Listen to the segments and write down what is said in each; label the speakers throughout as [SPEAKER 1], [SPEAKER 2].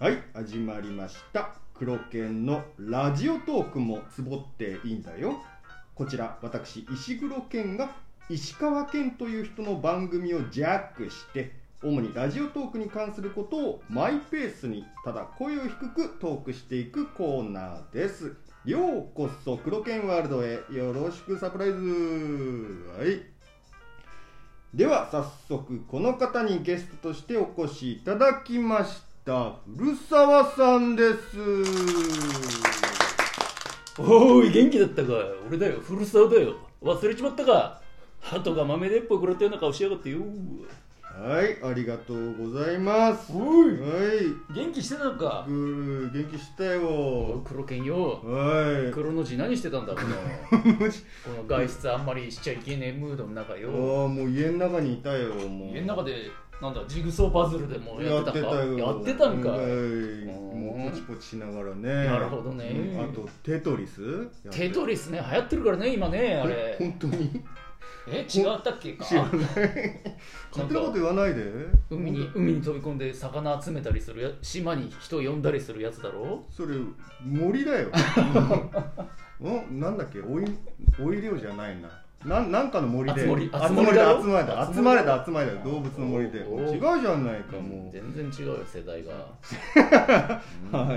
[SPEAKER 1] はい始まりました黒犬のラジオトークもつぼっていいんだよこちら私石黒犬が石川県という人の番組をジャックして主にラジオトークに関することをマイペースにただ声を低くトークしていくコーナーですようこそ黒犬ワールドへよろしくサプライズはいでは早速この方にゲストとしてお越しいただきました古澤さんです
[SPEAKER 2] おーい元気だったか俺だよ古沢だよ忘れちまったか鳩が豆鉄砲食らったような顔しやがってよ
[SPEAKER 1] はいありがとうございますは
[SPEAKER 2] お
[SPEAKER 1] い
[SPEAKER 2] 元気してたのか
[SPEAKER 1] グー元気した
[SPEAKER 2] おい
[SPEAKER 1] よ
[SPEAKER 2] 黒犬よ
[SPEAKER 1] は
[SPEAKER 2] 黒の字何してたんだこ のこの外出あんまりしちゃいけねえムードの中
[SPEAKER 1] いああ
[SPEAKER 2] よ
[SPEAKER 1] もう家の中にいたよもう
[SPEAKER 2] 家の中でなんだジグソーパズルでもや
[SPEAKER 1] や
[SPEAKER 2] っ
[SPEAKER 1] ってて
[SPEAKER 2] た
[SPEAKER 1] た
[SPEAKER 2] んか
[SPEAKER 1] よ
[SPEAKER 2] やってたんか
[SPEAKER 1] はい
[SPEAKER 2] い
[SPEAKER 1] もうポチポチしながらね
[SPEAKER 2] なるほどね
[SPEAKER 1] うんあとテトリス
[SPEAKER 2] テト
[SPEAKER 1] リ
[SPEAKER 2] リスね流行ってるからね今ねあれ
[SPEAKER 1] 本当に
[SPEAKER 2] え違ったっけか
[SPEAKER 1] 知らない勝手なこと言わないで
[SPEAKER 2] 海に海に飛び込んで魚集めたりするや島に人呼んだりするやつだろ
[SPEAKER 1] それ森 だようんなんだっけおいおい漁じゃないななんなんかの森で
[SPEAKER 2] 集まり
[SPEAKER 1] 集ま
[SPEAKER 2] 集ま
[SPEAKER 1] り
[SPEAKER 2] りだ
[SPEAKER 1] だ
[SPEAKER 2] よ
[SPEAKER 1] 集まりだ集まりだ集まりだ動物の森で
[SPEAKER 2] おー
[SPEAKER 1] 違うじゃないかも
[SPEAKER 2] 全然違うよ世代が
[SPEAKER 1] う は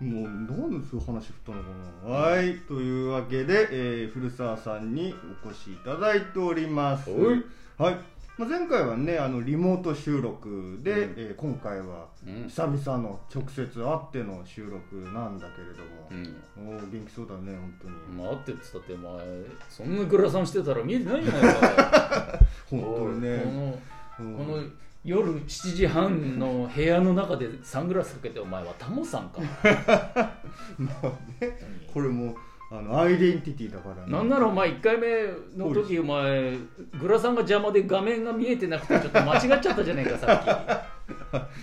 [SPEAKER 1] いもうなんでそういう話振ったのかなはいというわけで、えー古澤さんにお越しいただいております
[SPEAKER 2] おい
[SPEAKER 1] はい、まあ、前回はねあのリモート収録で、
[SPEAKER 2] うん
[SPEAKER 1] えー今回は
[SPEAKER 2] うんうん
[SPEAKER 1] 久々の直接会っての収録なんだけれども、
[SPEAKER 2] うん
[SPEAKER 1] おー元気そうだね本当に、
[SPEAKER 2] まあ、会ってって言ったってお前そんなグラサンしてたら見えてないじゃないか
[SPEAKER 1] 本当に
[SPEAKER 2] おい
[SPEAKER 1] ねこ
[SPEAKER 2] このこの夜7時半の部屋の中でサングラスかけてお前はタモさん か
[SPEAKER 1] まあねこれもあのアイデンティティだからね
[SPEAKER 2] なんならお前1回目の時お前グラサンが邪魔で画面が見えてなくてちょっと間違っちゃったじゃないかさ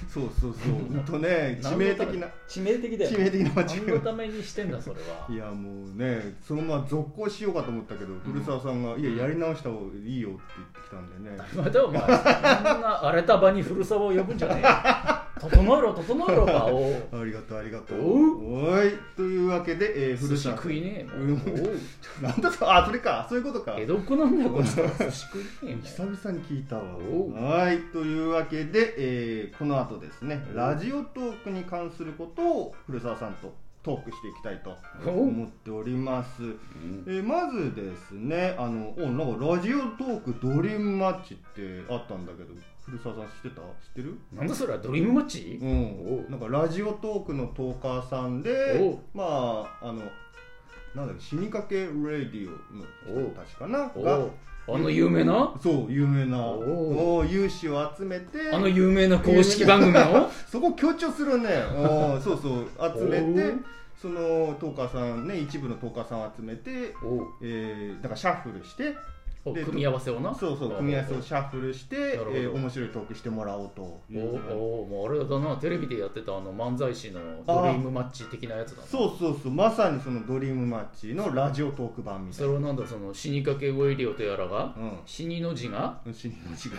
[SPEAKER 1] そうそう そう本当ね
[SPEAKER 2] っ き
[SPEAKER 1] 致命的な
[SPEAKER 2] 致命的だよ
[SPEAKER 1] 致命的な間違い
[SPEAKER 2] 何のためにしてんだそれはい
[SPEAKER 1] やもうねそのまま続行しようかと思ったけど、古澤さんが「いややり直した方がいいよ」って言ってきたんでね
[SPEAKER 2] またお前そんな荒れた場に古沢を呼ぶんじゃね えよ整えろ整えろ場を
[SPEAKER 1] ありがとうありがとう
[SPEAKER 2] お
[SPEAKER 1] おいというわけで、えー、
[SPEAKER 2] 寿
[SPEAKER 1] 古
[SPEAKER 2] 司
[SPEAKER 1] 澤さ
[SPEAKER 2] 食
[SPEAKER 1] ん
[SPEAKER 2] いねえも
[SPEAKER 1] うん
[SPEAKER 2] んお う
[SPEAKER 1] なんだそあそれかそういうことか
[SPEAKER 2] 江戸っ子なんだよこの人寿司食いねえもん
[SPEAKER 1] 久々に聞いたわ
[SPEAKER 2] おう
[SPEAKER 1] はいというわけで、えーこの後ですねラジオトークに関することを古澤さんとトークしていきたいと
[SPEAKER 2] おう
[SPEAKER 1] 思っております、えーまずですねあのおなんかラジオトークドリームマッチってあったんだけど古澤さん知ってた知ってる
[SPEAKER 2] なんだそれはドリームマッチ
[SPEAKER 1] うん
[SPEAKER 2] お、う
[SPEAKER 1] なんかラジオトークのトーカーさん
[SPEAKER 2] お
[SPEAKER 1] で
[SPEAKER 2] う
[SPEAKER 1] まああのなんだっけ死にかけレディオの人たちかな
[SPEAKER 2] お
[SPEAKER 1] が
[SPEAKER 2] うあの有名な
[SPEAKER 1] そう有名な
[SPEAKER 2] お
[SPEAKER 1] おう有志を集めて
[SPEAKER 2] あの有名な公式番組の
[SPEAKER 1] そこ強調するね おうそうそう集め
[SPEAKER 2] お
[SPEAKER 1] て
[SPEAKER 2] う
[SPEAKER 1] そのトーカーさんね一部のトーカーさんを集めて、
[SPEAKER 2] おう
[SPEAKER 1] えー、だからシャッフルして
[SPEAKER 2] おう
[SPEAKER 1] で
[SPEAKER 2] 組み合わせをな
[SPEAKER 1] そうそう組み合わせをシャッフルして、え
[SPEAKER 2] なるほど
[SPEAKER 1] ー面白いトークしてもらおうとい
[SPEAKER 2] お
[SPEAKER 1] う
[SPEAKER 2] うおうもうあれだなテレビでやってたあの漫才師のドリームマッチ的なやつだな
[SPEAKER 1] そうそうそうまさにそのドリームマッチのラジオトーク版みた
[SPEAKER 2] そ
[SPEAKER 1] い
[SPEAKER 2] れ
[SPEAKER 1] な
[SPEAKER 2] はなんだその死にかけウェイリオとやらが
[SPEAKER 1] うん
[SPEAKER 2] 死にの字が
[SPEAKER 1] 死にの字が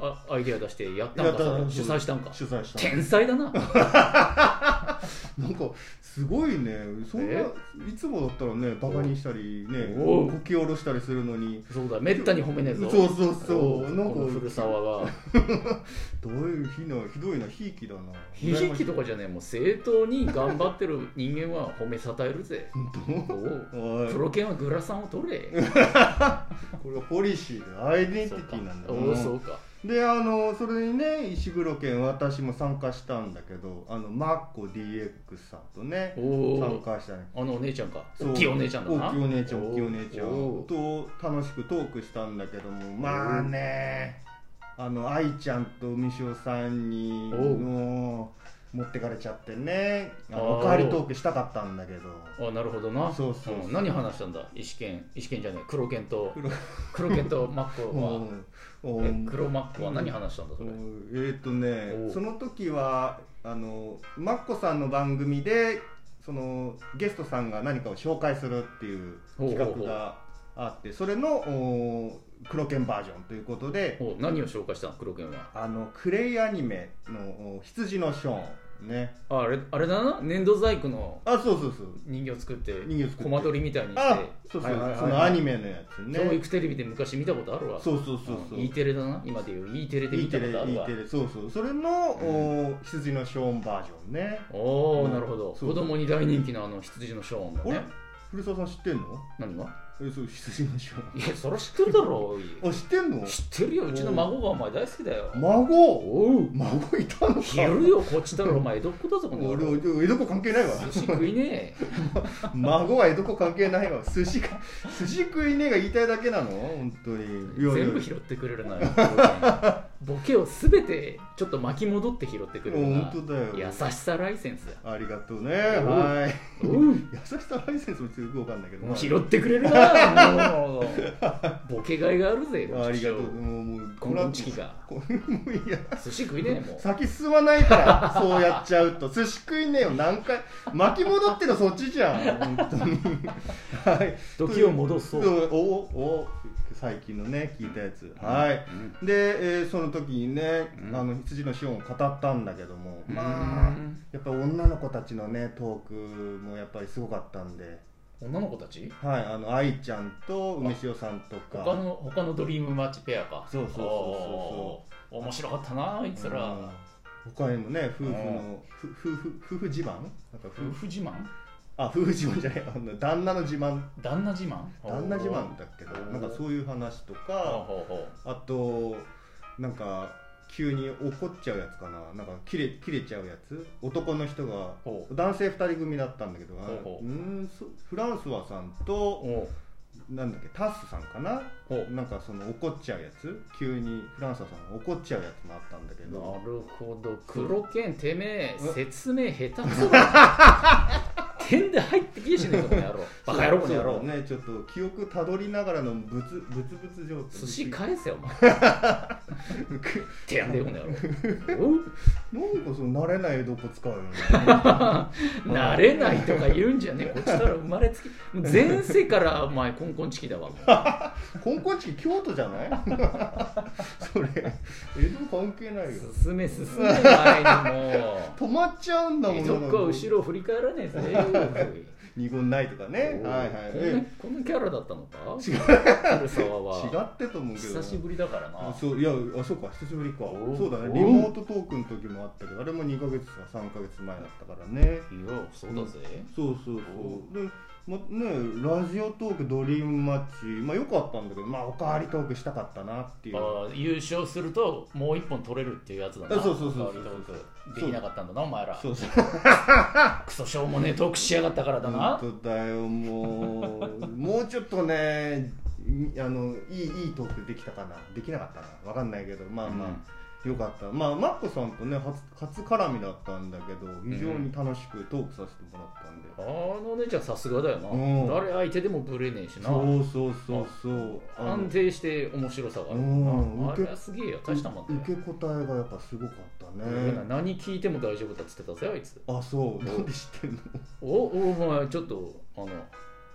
[SPEAKER 2] あアイデア出してやったんかそれ主催したんか
[SPEAKER 1] 主催した
[SPEAKER 2] 天才だな
[SPEAKER 1] なんかすごいねそんな
[SPEAKER 2] え
[SPEAKER 1] いつもだったらねバカにしたりね
[SPEAKER 2] お
[SPEAKER 1] こき下ろしたりするのに
[SPEAKER 2] そうだめったに褒めねえぞ
[SPEAKER 1] そうそうそうなん
[SPEAKER 2] この
[SPEAKER 1] か
[SPEAKER 2] 古沢が
[SPEAKER 1] どういうひなひどいなひいきだな
[SPEAKER 2] 悲劇とかじゃねえもう正当に頑張ってる人間は褒めさたえるぜ
[SPEAKER 1] 本
[SPEAKER 2] おう
[SPEAKER 1] 当おい
[SPEAKER 2] プロ犬はグラサンを取れ
[SPEAKER 1] これはポリシーでアイデンティティなんだ
[SPEAKER 2] そうかおう
[SPEAKER 1] な
[SPEAKER 2] そうか
[SPEAKER 1] であのそれにね石黒県私も参加したんだけどあのマッコ DX さんとね
[SPEAKER 2] お
[SPEAKER 1] 参
[SPEAKER 2] お
[SPEAKER 1] 加したね
[SPEAKER 2] あのお姉ちゃんか
[SPEAKER 1] そう
[SPEAKER 2] 大きいお姉ちゃんだな
[SPEAKER 1] 大きいお姉ちゃん大きいお姉ちゃん
[SPEAKER 2] おう
[SPEAKER 1] と楽しくトークしたんだけどもまあねあの愛ちゃんとみしおさんに
[SPEAKER 2] おう
[SPEAKER 1] の持ってかれちゃってねあの
[SPEAKER 2] あー
[SPEAKER 1] おかわりトークしたかったんだけど
[SPEAKER 2] あなるほどな
[SPEAKER 1] そうそうそうん
[SPEAKER 2] 何話したんだ石剣石剣じゃねえ黒剣と黒剣とマッコは
[SPEAKER 1] おうおう
[SPEAKER 2] え黒マッコは何話したんだそ
[SPEAKER 1] お
[SPEAKER 2] れ
[SPEAKER 1] うえっとね
[SPEAKER 2] おう
[SPEAKER 1] その時はあのマッコさんの番組でそのゲストさんが何かを紹介するっていう企
[SPEAKER 2] ほ
[SPEAKER 1] 画
[SPEAKER 2] うほうほう
[SPEAKER 1] があってそれのお黒剣バージョンということで
[SPEAKER 2] おう何を紹介したの黒剣は
[SPEAKER 1] あのクレイアニメのお羊のショーンね
[SPEAKER 2] ああれあれだな粘土細工の
[SPEAKER 1] あそうそうそう
[SPEAKER 2] 人形作って
[SPEAKER 1] 人形作って
[SPEAKER 2] コマ撮りみたいにして
[SPEAKER 1] あそうそう、
[SPEAKER 2] はいはいはい
[SPEAKER 1] そのアニメのやつね
[SPEAKER 2] 教育テレビで昔見たことあるわ
[SPEAKER 1] そうそうそうそう
[SPEAKER 2] うん E テレだな今で言う E テレで見
[SPEAKER 1] E
[SPEAKER 2] た
[SPEAKER 1] テ
[SPEAKER 2] こ
[SPEAKER 1] レ
[SPEAKER 2] とある
[SPEAKER 1] E
[SPEAKER 2] わ
[SPEAKER 1] テレそうそうそれの、お羊のショーンバージョンね
[SPEAKER 2] お
[SPEAKER 1] う
[SPEAKER 2] お
[SPEAKER 1] ん
[SPEAKER 2] なるほど
[SPEAKER 1] そう
[SPEAKER 2] 子供に大人気のあの羊のショーン
[SPEAKER 1] あ
[SPEAKER 2] の
[SPEAKER 1] れ
[SPEAKER 2] ね
[SPEAKER 1] 古澤さん知ってんの
[SPEAKER 2] 何が
[SPEAKER 1] えそう羊のショ
[SPEAKER 2] いやそりゃ知ってるだろおい
[SPEAKER 1] ーンあ知ってんの
[SPEAKER 2] 知ってるようちの孫がお前大好きだよ
[SPEAKER 1] 孫
[SPEAKER 2] おう
[SPEAKER 1] 孫いたのか
[SPEAKER 2] いるよこっちだろお前江戸っ子だぞこの
[SPEAKER 1] 俺
[SPEAKER 2] 野郎
[SPEAKER 1] 俺江戸っ子関係ないわ
[SPEAKER 2] 寿司食いね
[SPEAKER 1] 孫は江戸っ子関係ないわ寿司か寿司食いねえが言いたいだけなの本当に
[SPEAKER 2] え全部拾ってくれるな ボケを全てちょっと巻き戻って拾ってくれる
[SPEAKER 1] 本
[SPEAKER 2] な
[SPEAKER 1] 当だよ
[SPEAKER 2] 優しさライセンスだ
[SPEAKER 1] ありがとうね
[SPEAKER 2] おう
[SPEAKER 1] はい
[SPEAKER 2] おう
[SPEAKER 1] 優しさライセンスもよくわかんないけど
[SPEAKER 2] もう
[SPEAKER 1] まあ
[SPEAKER 2] 拾ってくれるなもうボケがいがあるぜ
[SPEAKER 1] ありがとう
[SPEAKER 2] こっちを
[SPEAKER 1] もうもう
[SPEAKER 2] このチキが
[SPEAKER 1] これ もういや
[SPEAKER 2] 寿司食いねえもう
[SPEAKER 1] 先進まないから そうやっちゃうと寿司食いねえよ何回巻き戻ってるのそっちじゃん本当に はい
[SPEAKER 3] 時を戻そう
[SPEAKER 1] おお最近のね聞いたやつ、はい
[SPEAKER 2] うん
[SPEAKER 1] で、えーその時にね、
[SPEAKER 2] うん
[SPEAKER 1] あの羊のシオンを語ったんだけども、
[SPEAKER 2] うん
[SPEAKER 1] まあやっぱり女の子たちのねトークもやっぱりすごかったんで、
[SPEAKER 2] 女の子たち
[SPEAKER 1] はい、あの愛ちゃんと梅塩さんとか
[SPEAKER 2] 他の他のドリームマッチペアか
[SPEAKER 1] そうそうそうそう
[SPEAKER 2] そう面白かったなあいつ
[SPEAKER 1] う
[SPEAKER 2] ら
[SPEAKER 1] ん他にもね夫婦
[SPEAKER 2] うん
[SPEAKER 1] のふ夫婦夫婦自慢なんか夫
[SPEAKER 2] 夫
[SPEAKER 1] 婦
[SPEAKER 2] 婦自慢
[SPEAKER 1] あ夫婦自慢じゃないあの旦那の自慢
[SPEAKER 2] 旦那自慢
[SPEAKER 1] 旦那自慢だっけど
[SPEAKER 2] おー
[SPEAKER 1] なんかそういう話と
[SPEAKER 2] ほう
[SPEAKER 1] か
[SPEAKER 2] ほうほう
[SPEAKER 1] あとなんか急に怒っちゃうやつかななんか切れ切れちゃうやつ男の人が
[SPEAKER 2] ほう
[SPEAKER 1] 男性2人組だったんだけど
[SPEAKER 2] ほうほ
[SPEAKER 1] う
[SPEAKER 2] うん
[SPEAKER 1] そフランスワさんと
[SPEAKER 2] おう
[SPEAKER 1] なんだっけタッスさんかな
[SPEAKER 2] ほう
[SPEAKER 1] なんかその怒っちゃうやつ急にフランスワさんが怒っちゃうやつもあったんだけ
[SPEAKER 2] な
[SPEAKER 1] ど
[SPEAKER 2] るほど黒剣てめえ
[SPEAKER 1] うん
[SPEAKER 2] 説明下手くそだな 点で入ってきやしねえぞこの野 郎バカ野郎この野
[SPEAKER 1] そ
[SPEAKER 2] 郎
[SPEAKER 1] うだねちょっと記憶たどりながらのブツブツブツ状態
[SPEAKER 2] 寿司返せよお前手やんでよこの野郎
[SPEAKER 1] なんかその慣れない江戸っ子使うよ ね
[SPEAKER 2] おう慣れないとか言うんじゃねえこっちから生まれつきもう前世からお前コンコンチキだわ
[SPEAKER 1] 香港地区京都じゃない それ江戸関係ないよ
[SPEAKER 2] 進め進め前にもう
[SPEAKER 1] 止まっちゃうんだもん
[SPEAKER 2] 江戸っ子は後ろを振り返らねえぜ
[SPEAKER 1] 二言ないとかねはいはい
[SPEAKER 2] こんな
[SPEAKER 1] え
[SPEAKER 2] こんなキャラだったのか
[SPEAKER 1] 違う
[SPEAKER 2] 古沢
[SPEAKER 1] 違
[SPEAKER 2] は
[SPEAKER 1] ってと思うけど
[SPEAKER 2] 久しぶりだからな
[SPEAKER 1] あそういやあそうか久しぶりか
[SPEAKER 2] おう
[SPEAKER 1] そうだね
[SPEAKER 2] おう
[SPEAKER 1] リモートトークの時もあったけどあれも2ヶ月か3ヶ月前だったからね
[SPEAKER 2] いやそうだぜ、
[SPEAKER 1] そうそうそうで、ま、ねラジオトークドリームマッチまあよかったんだけどまあおかわりトークしたかったなっていう
[SPEAKER 2] ああ優勝するともう一本取れるっていうやつだな
[SPEAKER 1] あそうそうそうそう
[SPEAKER 2] 代わりトークできなかったんだなお前ら
[SPEAKER 1] そうそう
[SPEAKER 2] クソしょうもねえトークしやがったからだな
[SPEAKER 1] 本当だよもうもうちょっとねいあのいいいいトークできたかなできなかったなわかんないけどまあまあ、よかったまあマッコさんとね初初絡みだったんだけど非常に楽しくトークさせてもらったんで、
[SPEAKER 2] あの姉ちゃんさすがだよな、
[SPEAKER 1] うん
[SPEAKER 2] 誰相手でもブレねえしな
[SPEAKER 1] そうそうそうそうあの
[SPEAKER 2] 安定して面白さがある
[SPEAKER 1] うん
[SPEAKER 2] なあれはすげえよ大したもんだよ
[SPEAKER 1] 受け答えがやっぱすごかった
[SPEAKER 2] うん
[SPEAKER 1] ね
[SPEAKER 2] 何聞いても大丈夫だっつってたぜあいつ
[SPEAKER 1] あそうなんで知ってんの
[SPEAKER 2] おお前ちょっとあの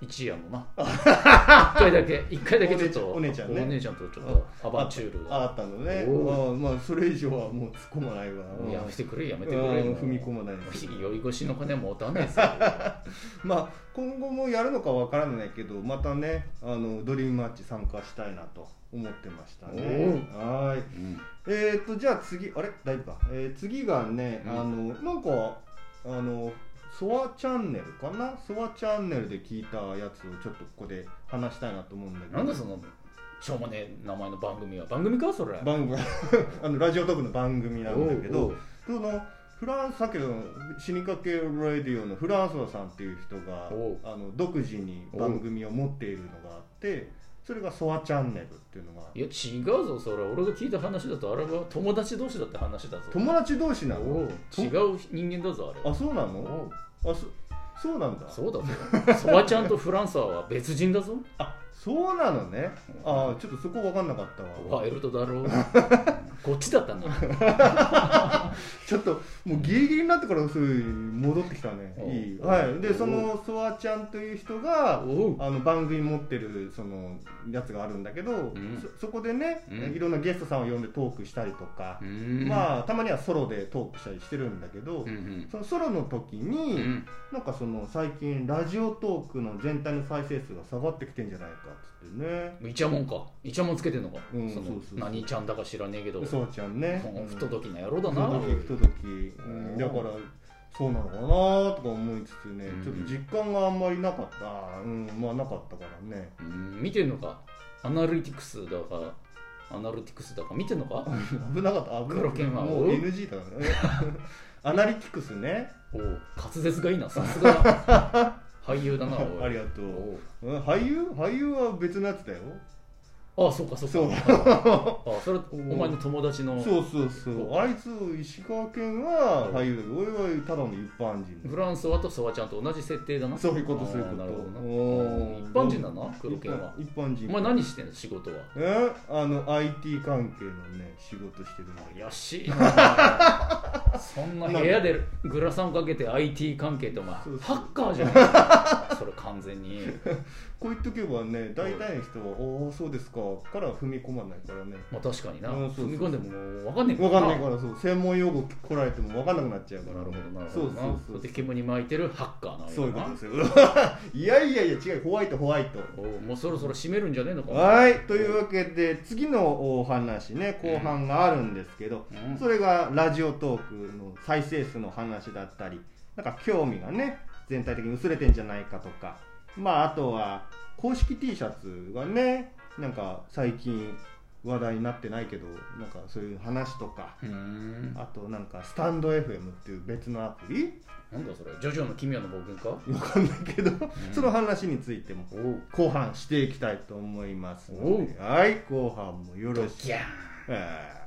[SPEAKER 2] 一位やも んな一回だけ一回だけちょっと
[SPEAKER 1] お姉ちゃんお姉ちゃんね
[SPEAKER 2] とちょっとアバンチュール
[SPEAKER 1] ああ
[SPEAKER 2] が
[SPEAKER 1] ったのね
[SPEAKER 2] お
[SPEAKER 1] あまあそれ以上はもう突っ込まないわ
[SPEAKER 2] やめてくれやめてく
[SPEAKER 1] うん
[SPEAKER 2] れもう
[SPEAKER 1] 踏み込まないです
[SPEAKER 2] 酔い越しの金持たねえさ
[SPEAKER 1] まあ今後もやるのかわからないけどまたねあのドリームマッチ参加したいなと思ってましたねはーいえー、とじゃあ次あれ大丈夫か、えー次がね、
[SPEAKER 2] うん
[SPEAKER 1] あのなんかあのソワチャンネルかなソワチャンネルで聞いたやつをちょっとここで話したいなと思うんだけど
[SPEAKER 2] なんだそのしょうもねえ名前の番組は番組かそれ
[SPEAKER 1] 番組 あのラジオトークの番組なんだけ
[SPEAKER 2] おう
[SPEAKER 1] ど
[SPEAKER 2] おう
[SPEAKER 1] そのフランスさっきの死にかけラディオのフランソワさんっていう人が
[SPEAKER 2] おう
[SPEAKER 1] あの独自に番組を持っているのがあってそれがソワチャンネルっていうのが
[SPEAKER 2] いや違うぞそれ俺が聞いた話だとあれは友達同士だって話だぞ
[SPEAKER 1] 友達同士な
[SPEAKER 2] お
[SPEAKER 1] の
[SPEAKER 2] う違う人間だぞあれ
[SPEAKER 1] あそうな
[SPEAKER 2] お
[SPEAKER 1] の
[SPEAKER 2] う
[SPEAKER 1] あそそうなんだ
[SPEAKER 2] そうだぞソワちゃんとフランサーは別人だぞ
[SPEAKER 1] あそうなのねああちょっとそこ分かんなかったわ
[SPEAKER 2] ワイルドだろうこっちだっ たな
[SPEAKER 1] ちょっともうギリギリになってからそういう戻ってきたね
[SPEAKER 2] おう
[SPEAKER 1] いいはい
[SPEAKER 3] お
[SPEAKER 1] で
[SPEAKER 3] う
[SPEAKER 1] そのソワちゃんという人が
[SPEAKER 2] おう
[SPEAKER 1] あの番組持ってるそのやつがあるんだけど、
[SPEAKER 3] ん
[SPEAKER 1] そそこでね、
[SPEAKER 3] うん
[SPEAKER 1] いろんなゲストさんを呼んでトークしたりとか、まあたまにはソロでトークしたりしてるんだけど、
[SPEAKER 3] うんうん
[SPEAKER 1] そのソロの時に、
[SPEAKER 3] うん
[SPEAKER 1] なんかその最近ラジオトークの全体の再生数が下がってきてんじゃないかっつってね
[SPEAKER 2] イチャモンかイチャモンつけてんのか、
[SPEAKER 1] うん
[SPEAKER 2] その
[SPEAKER 1] そうそうそう
[SPEAKER 2] 何ちゃんだか知らねえけど
[SPEAKER 1] ソワちゃんね
[SPEAKER 2] もう
[SPEAKER 1] うん
[SPEAKER 2] 不届きな野郎だ
[SPEAKER 1] 不
[SPEAKER 2] な
[SPEAKER 1] 届き不届き、うん、だからそうなのかなとか思いつつね、
[SPEAKER 3] うん
[SPEAKER 1] ちょっと実感があんまりなかったうんまあなかったからね
[SPEAKER 2] うん見てんのかアナリティクスだかアナリティクスだか見てんのか
[SPEAKER 1] 危なかった危なか
[SPEAKER 2] 黒
[SPEAKER 1] っ
[SPEAKER 2] 剣
[SPEAKER 1] た
[SPEAKER 2] は
[SPEAKER 1] もう NG だからね アナリティクスね
[SPEAKER 2] おう滑舌がいいなさすが 俳優だなお い
[SPEAKER 1] ありがとう、
[SPEAKER 2] おう
[SPEAKER 1] うん、俳優俳優は別のやつだよ
[SPEAKER 2] ああそうかそうか
[SPEAKER 1] そう
[SPEAKER 2] あそれお前の友達の
[SPEAKER 1] そうそうそうあいつ石川県は俳優だけど俺はただの一般人
[SPEAKER 2] フランソワとソワちゃんと同じ設定だな
[SPEAKER 1] そういうことそういうこと
[SPEAKER 2] あーなるほどな
[SPEAKER 1] おー
[SPEAKER 2] 一般人だな黒犬は
[SPEAKER 1] 一般人
[SPEAKER 2] お前何してんの仕事は
[SPEAKER 1] えあの IT 関係のね仕事してるんだけど
[SPEAKER 2] 怪しいな そんな部屋でグラサンかけて IT 関係ってお前ハ
[SPEAKER 1] そうそう
[SPEAKER 2] ッカーじゃないそれ完全に
[SPEAKER 1] こう言っとけばね大体の人は「おおそうですか」から踏み込まないからね
[SPEAKER 2] まあ確かにな
[SPEAKER 1] うんそうそう
[SPEAKER 2] 踏み込んでももう分かんねえ
[SPEAKER 1] 分かんない
[SPEAKER 2] な
[SPEAKER 1] からそう専門用語来られても分かんなくなっちゃうから
[SPEAKER 2] なるほどなるほ
[SPEAKER 1] そう
[SPEAKER 2] ど
[SPEAKER 1] そう
[SPEAKER 2] な
[SPEAKER 1] そう
[SPEAKER 2] それで煙に巻いてるハッカーな
[SPEAKER 1] そういうこと
[SPEAKER 2] な
[SPEAKER 1] ですよ いやいやいや違うホワイトホワイト
[SPEAKER 2] おうもうそろそろ閉めるんじゃねえのか
[SPEAKER 1] はいというわけで次のお話ね後半があるんですけど、
[SPEAKER 3] うん
[SPEAKER 1] それがラジオトークの再生数の話だったりなんか興味がね全体的に薄れてんじゃないかとかまああとは公式 T シャツがねなんか最近話題になってないけどなんかそういう話とか
[SPEAKER 3] うーん
[SPEAKER 1] あとなんかスタンド FM っていう別のアプリ
[SPEAKER 2] なんだそれジョジョの奇妙な冒険か
[SPEAKER 1] わかんないけど、その話についても
[SPEAKER 2] おう
[SPEAKER 1] 後半していきたいと思いますので
[SPEAKER 2] おう
[SPEAKER 1] はい後半もよろしく
[SPEAKER 2] ギャーン
[SPEAKER 1] えー